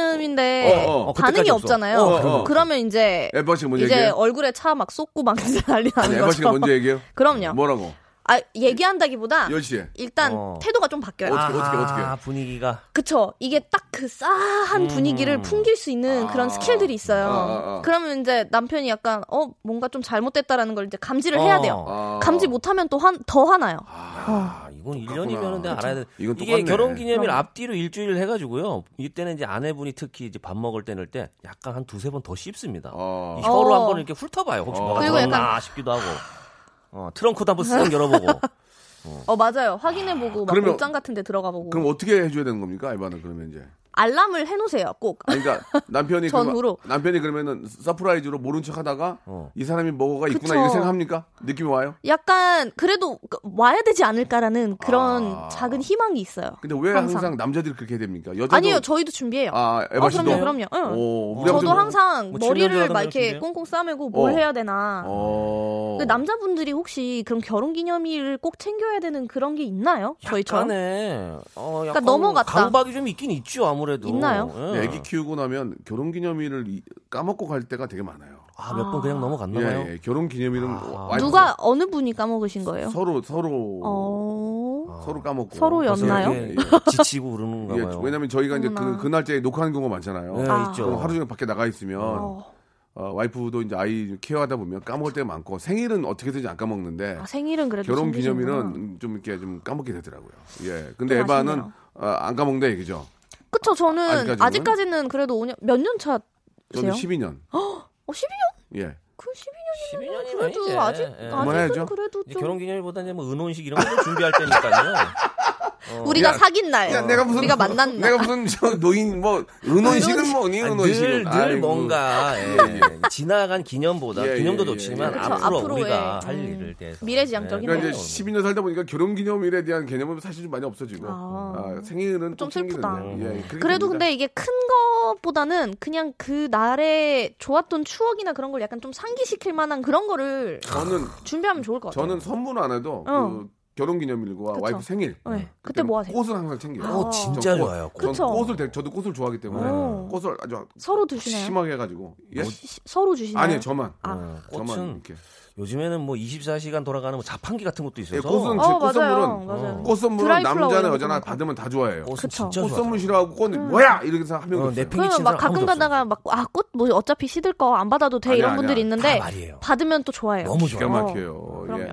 10시쯤인데 어, 어, 어, 반응이 그때까지 없어. 없잖아요. 어, 어, 어. 그러면 이제 에바 씨가 먼저 이제 얘기해요. 얼굴에 차 막 쏟고 막 이제 난리 아니, 나는 에바 거죠. 씨가 먼저 얘기해요. 그럼요. 뭐라고? 아, 얘기한다기보다 10시에. 일단 어. 태도가 좀 바뀌어요. 어떻게, 어떻게, 어떻게. 아, 분위기가. 그쵸. 이게 딱 그 싸한 분위기를 풍길 수 있는 그런 스킬들이 있어요. 음. 아, 아. 그러면 이제 남편이 약간, 어, 뭔가 좀 잘못됐다라는 걸 이제 감지를 해야 돼요. 아. 감지 못하면 또 한, 더 화나요. 아, 이건 1년이면 내가 알아야 돼. 이건 똑같네. 이게 결혼 기념일 앞뒤로 일주일 해가지고요. 이때는 이제 아내분이 특히 이제 밥 먹을 때는 때 약간 한 두세 번 더 씹습니다. 어. 이 혀로 어. 한번 이렇게 훑어봐요. 혹시 아. 뭐가 그리고 들었나 약간- 싶기도 하고. 어, 트렁크도 한번 쓱 열어보고. 어, 맞아요. 확인해보고, 막 그러면- 옷장 같은 데 들어가 보고. 그럼 어떻게 해줘야 되는 겁니까, 에바는 그러면 이제? 알람을 해놓으세요, 꼭. 아니, 그러니까 남편이 그러면- 전후로. 남편이 그러면은 서프라이즈로 모른 척하다가 어. 이 사람이 뭐가 있구나 그쵸. 이렇게 생각합니까? 느낌이 와요? 약간, 그래도 그- 와야 되지 않을까라는 그런 작은 희망이 있어요. 아. 근데 왜 항상, 항상. 남자들이 그렇게 해야 됩니까? 여자도 아니요, 저희도 준비해요. 아, 에바 아, 씨도. 그럼요, 그럼요. 응. 오, 우리 저도 아무튼 뭐- 항상 뭐 머리를 칠면조라던가 막 이렇게 이러시네요? 꽁꽁 싸매고 뭘 어. 해야 되나. 어. 근데 남자분들이 혹시 그런 결혼 기념일을 꼭 챙겨야 되는 그런 게 있나요? 저희처럼? 약간의, 어, 약간 그러니까 넘어갔다. 강박이 좀 있긴 있죠, 아무래도. 있나요? 예. 애기 키우고 나면 결혼 기념일을 이- 까먹고 갈 때가 되게 많아요. 아, 몇 번 그냥 넘어갔나봐요. 예, 예. 결혼 기념일은 와이프가 누가 어느 분이 까먹으신 거예요? 서로 서로 어. 서로 까먹고 서로였나요? 예, 예. 지치고 그러는가 예, 봐요. 왜냐면 저희가 이제 그, 그렇구나. 그 날짜에 녹화하는 경우가 많잖아요. 예, 아. 있죠. 그럼 하루 종일 밖에 나가 있으면 어. 어, 와이프도 이제 아이 케어하다 보면 까먹을 때가 많고 생일은 어떻게든지 안 까먹는데 아, 생일은 그래도 결혼 챙기시는구나. 기념일은 좀 이렇게 좀 까먹게 되더라고요. 예. 근데 좀 에바는 아쉽네요. 어, 안 까먹는다 얘기죠. 그쵸 저는 아직까지는? 아직까지는, 그래도 5년 몇 년 차세요? 저는 12년. 어 12년? 예. 그 12년이면 12년이면 그래도 이제, 아직 예. 그만해야죠. 아직은 그래도 좀 결혼 기념일보다는 뭐 은혼식 이런 거 준비할 때니까요. 어. 우리가 야, 사귄 날 야, 내가 무슨 우리가 아, 만난 날 내가 무슨 저 노인 뭐 은혼식은 뭐니 은혼식은 늘늘 아이고. 뭔가 예, 지나간 기념보다 예, 기념도 예, 예, 좋지만 예. 그쵸, 그렇죠. 앞으로 앞으로의, 우리가 할 음, 일을 대해서 예. 미래지향적인 그러니까 네. 이제 12년 살다 보니까 결혼 기념일에 대한 개념은 사실 좀 많이 없어지고 아, 생일은 좀 꼭 챙기는데. 슬프다. 음. 예, 그렇게 그래도 됩니다. 근데 이게 큰 것보다는 그냥 그 날에 좋았던 추억이나 그런 걸 약간 좀 상기시킬 만한 그런 거를 저는 준비하면 좋을 것 같아요. 저는 선물 안 해도 어. 그 결혼 기념일과 그쵸. 와이프 생일 네. 그때 뭐 하세요? 꽃을 항상 챙겨요. 어, 진짜 전 꽃, 좋아요, 꽃. 전 그쵸. 꽃을 되게- 저도 꽃을 좋아하기 때문에 어. 꽃을 아주 서로 드시나요? 뭐 심하게 해가지고 예? 시- 시- 서로 주시나요? 아니 저만 어, 저만 꽃은 이렇게 요즘에는 뭐 24시간 돌아가는 뭐 자판기 같은 것도 있어서 예, 꽃은 어, 꽃 맞아요. 선물은- 맞아요. 꽃 선물은 드라이 남자나 플라워 여자나 이런 거. 음. 받으면 다 좋아해요. 꽃은 그쵸. 진짜 꽃 좋아. 선물 싫어하고 꽃 뭐야 이렇게 생각 한 명도 어, 내 없어요. 팽이 그러면 치는 막 사람 가끔 아무도 가다가 막 아 꽃 뭐 어차피 시들 거 안 받아도 돼 아니야, 이런 아니야. 분들이 있는데 다 말이에요. 받으면 또 좋아요. 너무 좋아요. 기가 막혀요. 예. 어, 그럼요.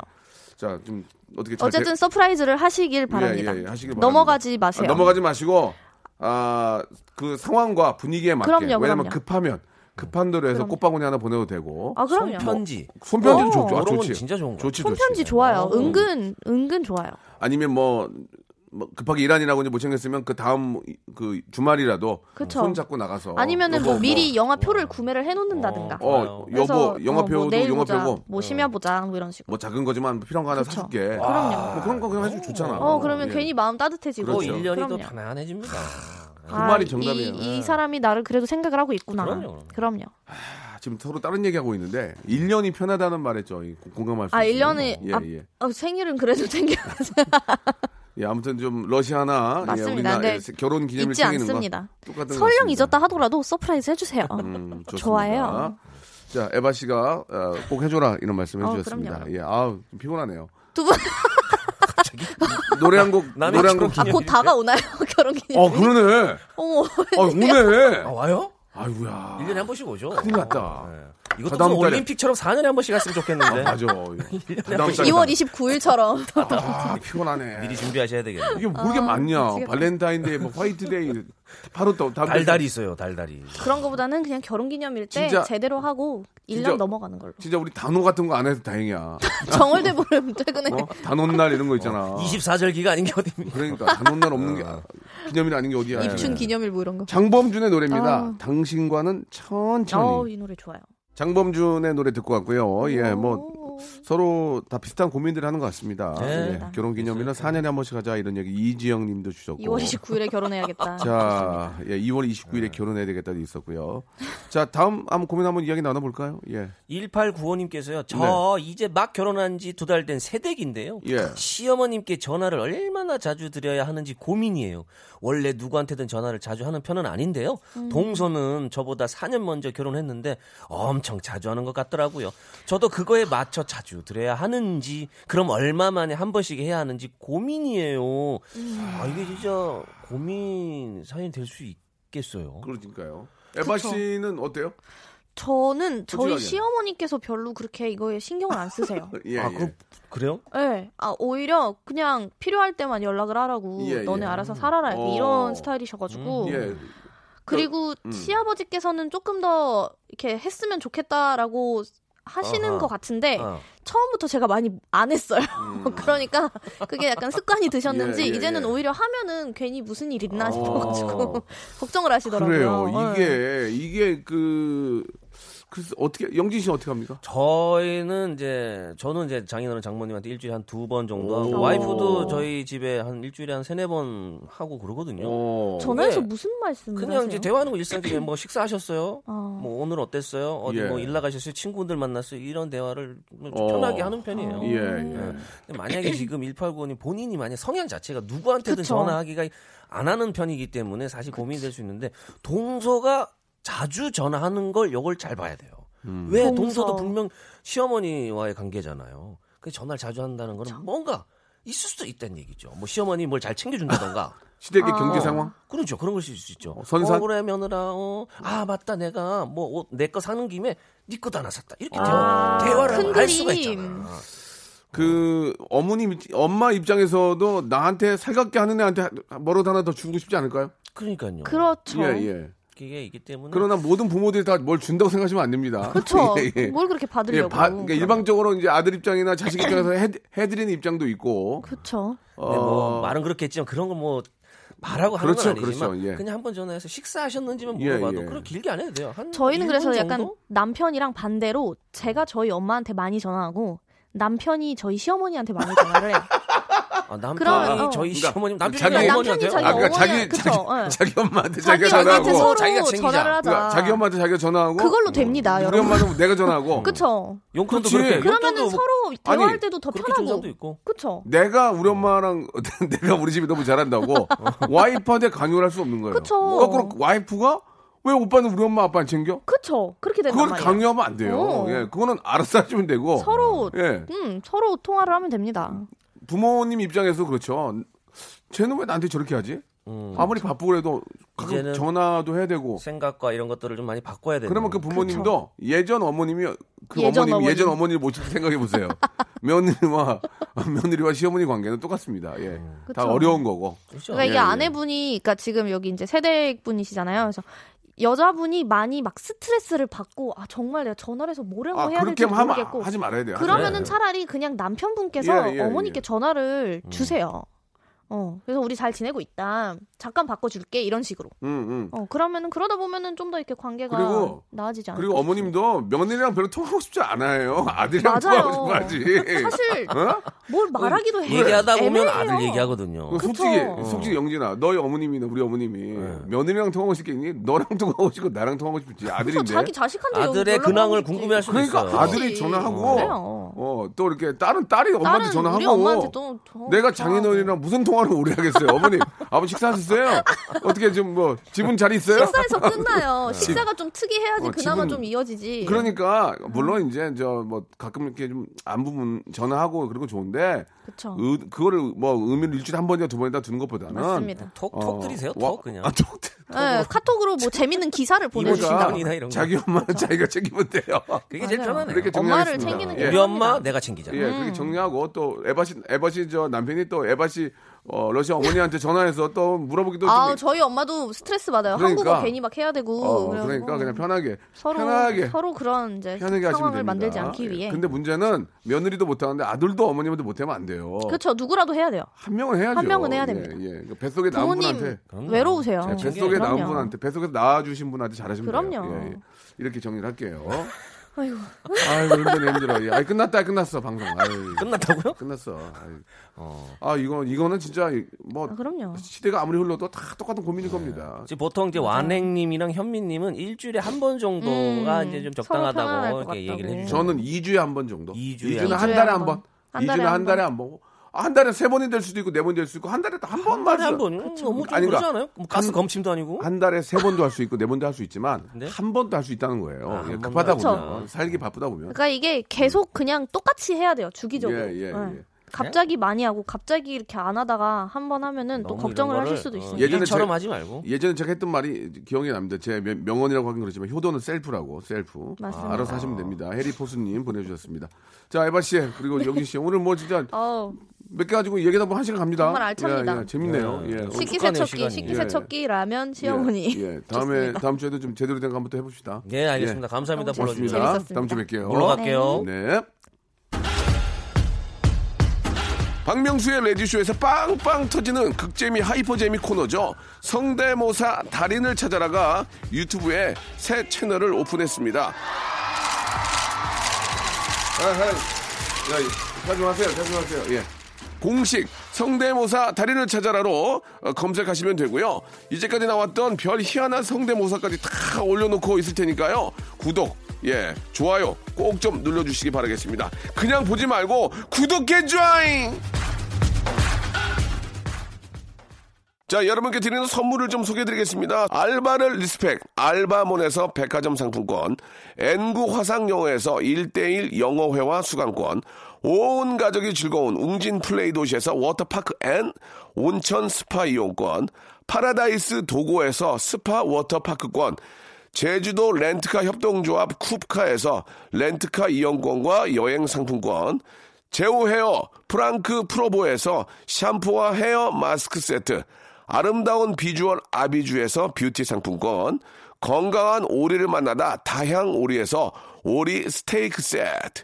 자, 좀 어떻게 잘 어쨌든 되- 서프라이즈를 하시길 바랍니다. 예, 예, 하시길 바랍니다. 넘어가지 아, 마세요. 넘어가지 마시고 아, 그 상황과 분위기에 맞게. 그럼요, 왜냐면 그럼요. 급하면 급한 대로 해서 그럼요. 꽃바구니 하나 보내도 되고. 아 그럼요. 편지. 손편지도 어. 좋죠. 아, 이런 건 좋지. 진짜 좋은 거. 좋지, 좋지. 손편지 좋아요. 어. 은근 은근 좋아요. 아니면 뭐, 뭐 급하게 일하느라고 이제 못 챙겼으면 그 다음 그 주말이라도 그쵸. 손 잡고 나가서 아니면은 여보, 뭐 미리 영화표를 구매를 해놓는다든가. 뭐, 어 여보 뭐 영화표도 내일 보자, 영화표고 어. 뭐 심야 보자 뭐 이런 식으로. 뭐 작은 거지만 필요한 거 하나 그쵸. 사줄게. 그럼요. 뭐 그런 거 그냥 해주면 좋잖아. 어 그러면 예. 괜히 마음 따뜻해지고. 또 그렇죠. 어, 1년이 또 그럼요. 편안해집니다. 그 말이 정답이에요. 아, 이, 이 사람이 나를 그래도 생각을 하고 있구나. 그럼요. 그럼요. 아, 지금 서로 다른 얘기하고 있는데 1년이 편하다는 말에 저 이- 공감할 수 아, 있어요. 1년이 예, 앞- 예. 어, 생일은 그래도 챙겨. 예, 아무튼 좀 러시아나 예, 맞습니다. 우리나 네. 결혼 기념일 잊지 챙기는 않습니다. 거 똑같은 것 설령 같습니다. 잊었다 하더라도 서프라이즈 해주세요. 음, 좋습니다. 어, 좋아요. 자, 에바 씨가 어, 꼭 해줘라 이런 말씀해 어, 주셨습니다. 그럼요. 예, 아우 좀 피곤하네요. 두 분, 노래 한 곡, 남의 노래 한 곡. 결혼 아, 곧 다가오나요? 결혼 기념. 어, 그러네. 어머. 아, 오네. 아, 와요? 아이고야. 1년에 네. 한 번씩 오죠. 큰일 났다. 이것도 다다음 무슨 달에. 올림픽처럼 4년에 한 번씩 갔으면 좋겠는데. 맞아. 다음 달에 2월 29일처럼. 아, 피곤하네. 미리 준비하셔야 되겠네요. 이게 뭐 이렇게 아, 많냐. 발렌타인데이, 뭐 화이트데이. 바로 또 다음 달- 달달이 있어요, 달달이. 그런 거보다는 그냥 결혼 기념일 때 진짜- 제대로 하고 1년 진짜- 넘어가는 걸로. 진짜 우리 단호 같은 거 안 해서 다행이야. 정월대 보름 퇴근해. 어? 단혼날 이런 거 있잖아. 24절기가 아닌 게 어딥니까? 그러니까 단혼날 없는 게 아, 어. 기념일 아닌 게 어디야. 입춘 기념일 뭐 이런 거. 장범준의 노래입니다. 아. 당신과는 천천히. 어우, 이 노래 좋아요. 장범준의 노래 듣고 왔고요. 예, 뭐 오. 서로 다 비슷한 고민들을 하는 것 같습니다. 네. 예, 결혼 기념일은 4년에 한 번씩 하자 이런 얘기 이지영 님도 주셨고. 2월 29일에 결혼해야겠다. 자, 예, 2월 29일에 결혼해야 되겠다도 있었고요. 자, 다음 한번 고민 한번 이야기 나눠 볼까요? 예. 1895님께서요. 저 이제 막 결혼한 지 두 달 된 새댁인데요. 예. 시어머님께 전화를 얼마나 자주 드려야 하는지 고민이에요. 원래 누구한테든 전화를 자주 하는 편은 아닌데요. 동서는 저보다 4년 먼저 결혼했는데 엄청 자주 하는 것 같더라고요. 저도 그거에 맞춰 자주 드려야 하는지 그럼 얼마 만에 한 번씩 해야 하는지 고민이에요. 아, 이게 진짜 고민 사연이 될 수 있겠어요. 그러니까요. 에바 그쵸. 씨는 어때요? 저는 저희 솔직하게. 시어머니께서 별로 그렇게 이거에 신경을 안 쓰세요. 예. 아, 예. 그 그래요? 예. 아, 오히려 그냥 필요할 때만 연락을 하라고 예, 예. 너네 음. 알아서 살아라 약간 어. 이런 스타일이셔가지고 예. 음. 그리고 시아버지께서는 조금 더 이렇게 했으면 좋겠다라고 하시는 아하. 것 같은데 어. 처음부터 제가 많이 안 했어요. 음. 그러니까 그게 약간 습관이 드셨는지 예, 예, 이제는 예. 오히려 하면은 괜히 무슨 일 있나 아. 싶어가지고 걱정을 하시더라고요. 예. 어, 그래요. 이게 이게 그 글쎄 어떻게 영진 씨 어떻게 합니까? 저희는 이제 저는 이제 장인어른 장모님한테 일주일에 한 두 번 정도 오. 하고 와이프도 저희 집에 한 일주일에 한 세네 번 하고 그러거든요. 어. 전화해서 네. 무슨 말씀을 그냥 하세요? 이제 대화하는 거 일상적인 뭐 식사하셨어요? 어. 뭐 오늘 어땠어요? 어디 예. 뭐 일 나가셨어요? 친구들 만났어요? 이런 대화를 좀 어. 편하게 하는 편이에요. 예, 예. 음. 근데 만약에 지금 1895님 본인이 만약 성향 자체가 누구한테든 그쵸. 전화하기가 안 하는 편이기 때문에 사실 고민이 될 수 있는데 동서가 자주 전화하는 걸 요걸 잘 봐야 돼요. 왜 음. 동서. 동서. 도 분명 시어머니와의 관계잖아요. 그 전화를 자주 한다는 거는 뭔가 있을 수도 있다는 얘기죠. 뭐 시어머니 뭘 잘 챙겨준다던가. 시댁의 아. 경제 상황? 그렇죠. 그런 걸 수 있죠. 어, 선산? 어, 그래 며느라. 어, 아 맞다 내가 뭐 내 거 사는 김에 네 것도 하나 샀다. 이렇게 아, 대화, 대화를 큰 하면 알 수가 그림. 있잖아. 그 어머님 입- 엄마 입장에서도 나한테 살갑게 하는 애한테 뭐라도 하나 더 주고 싶지 않을까요? 그러니까요. 그렇죠. 예, 예. 그게 있기 때문에 그러나 모든 부모들이 다 뭘 준다고 생각하시면 안 됩니다. 그렇죠. 예, 예. 뭘 그렇게 예, 받으려고? 바- 그러니까 일방적으로 이제 아들 입장이나 자식 입장에서 해, 해드리는 입장도 있고. 어. 그렇죠. 네, 뭐 말은 그렇겠지만 그런 거 뭐 말하고 하는 그렇죠, 건 아니지만 그렇죠, 예. 그냥 한 번 전화해서 식사하셨는지만 예, 물어봐도 예. 그렇게 길게 안 해도 돼요. 한 저희는 1분 그래서 정도? 약간 남편이랑 반대로 제가 저희 엄마한테 많이 전화하고 남편이 저희 시어머니한테 많이 전화를 해요. 아, 남편이 그러면, 어. 저희 그러니까 시어머님 남편이 자기- 자기 남편이 어머니한테요. 자기 아, 그러니까 어머니 자기- 그쵸? 예. 자기 엄마한테 자기 자기가 엄마한테 전화하고. 서로 자기가 챙기자. 전화를 하자. 그러니까 자기 엄마한테 자기가 전화하고. 어, 그걸로 됩니다, 우리 여러분. 엄마한테 내가 전화하고. 그쵸? 용돈도 그렇지. 그렇게 그러면은 용돈도 서로 대화할 네, 뭐 아니, 때도 더 그렇게 준 편하고. 사람도 있고. 그쵸? 내가 우리 엄마랑 내가 우리 집이 너무 잘한다고 와이프한테 강요를 할 수 없는 거예요. 그쵸. 거꾸로 와이프가 왜 오빠는 우리 엄마 아빠 안 챙겨? 그쵸? 그렇게 된단 그걸 말이에요. 강요하면 안 돼요. 네, 어. 예, 그거는 알아서 하시면 되고. 서로 예, 그렇죠. 음, 서로 통화를 하면 됩니다. 부모님 입장에서 그렇죠. 쟤는 왜 나한테 저렇게 하지? 아무리 바쁘고 해도 가끔 음. 이제는 네. 전화도 해야 되고. 생각과 이런 것들을 좀 많이 바꿔야 돼요. 그러면 그 부모님도 예전 어머님이 그 예전 어머님, 어머니. 예전 어머니를 모실 때 생각해 보세요. 며느리와 며느리와 시어머니 관계는 똑같습니다. 예, 다 그쵸. 어려운 거고. 그렇죠. 그러니까 예, 이게 예. 아내분이 그러니까 지금 여기 이제 세댁 분이시잖아요. 그래서 여자분이 많이 막 스트레스를 받고 아 정말 내가 전화를 해서 뭐라고 아 해야 그렇게 될지 하면 모르겠고 하지 말아야 돼요. 하지 그러면은 말아야 돼요. 차라리 그냥 남편분께서 예, 예, 어머니께 예. 전화를 주세요. 어, 그래서 우리 잘 지내고 있다. 잠깐 바꿔줄게 이런 식으로. 음, 음. 어, 그러면은 그러다 보면은 좀 더 이렇게 관계가 그리고- 나아지지 않을까. 그리고 어머님도 며느리랑 별로 통하고 싶지 않아요. 아들이랑 맞아요. 통하고 싶어 하지. 사실 어? 뭘 말하기도 해요. 얘기하다 보면 애매해요. 아들 얘기하거든요. 그 솔직히 어. 솔직히 영진아 너희 어머님이나 우리 어머님이 며느리랑 통하고 싶겠니? 너랑 통하고 싶고 나랑 통하고 싶지 네. 그래서 아들인데 자기 자식한테 아들의 연락하고 근황을 싶지. 궁금해할 수도 그러니까 있어요. 아들이 그렇지. 전화하고 그래요. 어, 또 이렇게 딸은 딸이 엄마한테 딸은 전화하고 우리 엄마한테 또 저- 내가 전화하고. 장인어른이랑 무슨 통화를 오래 하겠어요 어머님 아버지 식사하셨어요? 어떻게 지금 뭐 집은 잘 있어요? 아, 식사에서 끝나요. 식사가 좀 특이해야지 어, 그나마 집은- 좀 이어지지. 그러니까 물론 이제 저 뭐 가끔 이렇게 좀 안 부분 전화하고 그런 거 좋은데 그쵸. 의- 그거를 뭐 의미를 일주일에 한 번이나 두 번이나 두는 것보다는 그렇죠. 맞습니다. 톡, 어, 톡 들이세요, 와- 톡 그냥. 아, 톡 들- 그러니까 네, 카톡으로 뭐 재밌는 기사를 보내주신다. 신당이나 이런 거. 자기 엄마는 자기가 책임을 돼요. 음. 그게 제일 맞아요. 편하네요. 이렇게 엄마를 정리하겠습니다. 챙기는 게 예. 우리 엄마 내가 챙기자. 예, 그렇게 정리하고 또 에바 씨, 에바 씨저 남편이 또 에바 씨 어, 러시아 어머니한테 전화해서 또그 물어보기도 아, 좀 저희 엄마도 스트레스 받아요. 그러니까. 한국어 괜히 막 해야 되고. 어, 그래가지고 그러니까 그냥 편하게 서로 편하게 서로 그런 이제 편하게 하시면 됩니다. 상황을 만들지 않기 예. 위해. 근데 문제는 며느리도 못 하는데 아들도 어머님한테 못 하면 안 돼요. 그렇죠. 누구라도 해야 돼요. 한 명은 해야죠. 한 명은 해야 예, 됩니다. 예. 그러니까 뱃속에 나온 부모님 분한테 외로우세요. 예, 뱃속에 그럼요. 나온 분한테 뱃속에서 낳아주신 분한테 잘하시면 그럼요. 돼요. 예, 예. 이렇게 정리를 할게요. 아이고. 아이고 힘들어 힘들어. 예. 아이 끝났다 끝났어 방송. 아이. 끝났다고요? 끝났어. 아이. 아 이거 이거는 진짜 이- 뭐 아, 그럼요. 시대가 아무리 흘러도 다 똑같은 고민일 겁니다. 이제 보통 이제 완행님이랑 현미님은 일주일에 한 번 정도가 음, 이제 좀 서로 편안할 적당하다고 것 이렇게 같다고. 네. 얘기를 해주죠. 저는 2주에 한 번 정도. 이 주에 는한 한 달에 번. 한 번. 한 2주는 달에 한 한 달에 한 번. 아, 한 달에 세 번이 될 수도 있고 네 번이 될 수도 있고 한 달에 한 번만 그러니까 한달에 한 번. 음, 너무 좀 그러지 않아요? 뭐 가스 한- 검침도 어? 아니고. 한 달에 세 번도 할 수 있고 네 번도 할 수 있지만 네? 한 번도 할 수 있다는 거예요. 아, 한 예, 번도 급하다 그쵸. 보면 살기 바쁘다 보면. 그렇죠. 그러니까 이게 계속 그냥 똑같이 해야 돼요. 주기적으로. 예, 예, 네. 예. 갑자기 많이 하고 갑자기 이렇게 안 하다가 한 번 하면은 또 너무 걱정을 이런 하실 거를, 수도 어, 있어요. 예전에 일처럼 제가- 하지 뭐? 말고. 예전에 제가 했던 말이 기억이 납니다. 제 명- 명언이라고 하긴 그렇지만 효도는 셀프라고 셀프. 맞습니다. 알아서 하시면 됩니다. 해리 포스님 보내주셨습니다. 자 에바 씨 그리고 영진 씨 오늘 뭐 진짜 어우, 몇 개 가지고 얘기하다 보면 한 시간 갑니다. 정말 알찹니다. 예, 예, 재밌네요. 예. 예. 오늘 습관이에요, 식기세척기, 시간이. 식기세척기, 라면, 예, 시어머니. 예, 다음에 다음 주에도 좀 제대로 된 거 한번 또 해봅시다. 예, 알겠습니다. 감사합니다. 너무 고맙습니다. 불러주셔서. 네, 어, 재밌었습니다. 다음 주 뵐게요. 물러갈게요. 네. 박명수의 레디쇼에서 빵빵 터지는 극재미 하이퍼재미 코너죠. 성대모사 달인을 찾아라가 유튜브에 새 채널을 오픈했습니다. 자중하세요, 자중하세요. 예. 공식 성대모사 달인을 찾아라로 어, 검색하시면 되고요. 이제까지 나왔던 별 희한한 성대모사까지 다 올려놓고 있을 테니까요. 구독, 예, 좋아요 꼭 좀 눌러주시기 바라겠습니다. 그냥 보지 말고 구독해 줘잉! 자, 여러분께 드리는 선물을 좀 소개해 드리겠습니다. 알바를 리스펙, 알바몬에서 백화점 상품권, N구 화상영어에서 1대1 영어회화 수강권, 온 가족이 즐거운 웅진 플레이 도시에서 워터파크 앤 온천 스파 이용권, 파라다이스 도고에서 스파 워터파크권, 제주도 렌트카 협동조합 쿱카에서 렌트카 이용권과 여행 상품권, 제오 헤어 프랑크 프로보에서 샴푸와 헤어 마스크 세트, 아름다운 비주얼 아비주에서 뷰티 상품권, 건강한 오리를 만나다 다향 오리에서 오리 스테이크 세트,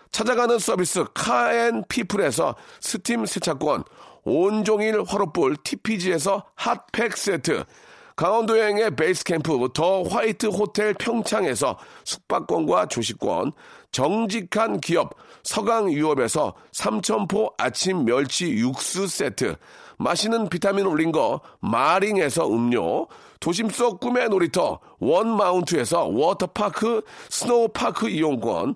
찾아가는 서비스 카앤피플에서 스팀 세차권, 온종일 화롯불 TPG에서 핫팩 세트, 강원도 여행의 베이스 캠프 더 화이트 호텔 평창에서 숙박권과 조식권, 정직한 기업 서강유업에서 삼천포 아침 멸치 육수 세트, 맛있는 비타민 올린 거 마링에서 음료, 도심 속 꿈의 놀이터 원마운트에서 워터파크 스노우파크 이용권,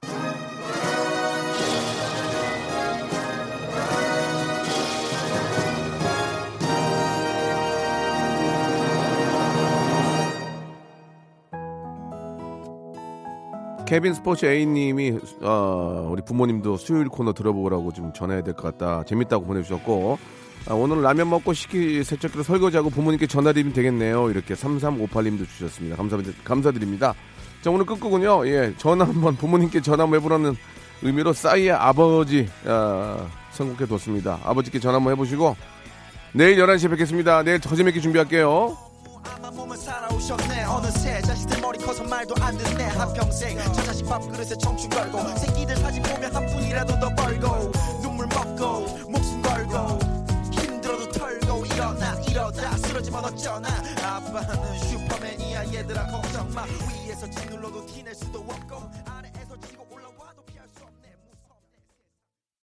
케빈 스포츠 A님이 어, 우리 부모님도 수요일 코너 들어보라고 좀 전해야 될 것 같다. 재밌다고 보내주셨고 아, 오늘 라면 먹고 식기 세척기로 설거지하고 부모님께 전화드리면 되겠네요. 이렇게 3358님도 주셨습니다. 감사, 감사드립니다. 자 오늘 끝곡은요. 예, 전화 한번 부모님께 전화 한번 해보라는 의미로 싸이의 아버지 아, 선곡해뒀습니다. 아버지께 전화 한번 해보시고 내일 11시에 뵙겠습니다. 내일 더 재밌게 준비할게요. 아마 몸을 살아오셨네 어느새 자식들 머리 커서 말도 안 듣네 한평생 저 자식 밥그릇에 청춘 걸고 새끼들 사진 보면 한 푼이라도 더 벌고 눈물 먹고 목숨 걸고 힘들어도 털고 일어나 이러다 쓰러지면 어쩌나 아빠는 슈퍼맨이야 얘들아 걱정 마 위에서 짓눌러도 티낼 수도 없고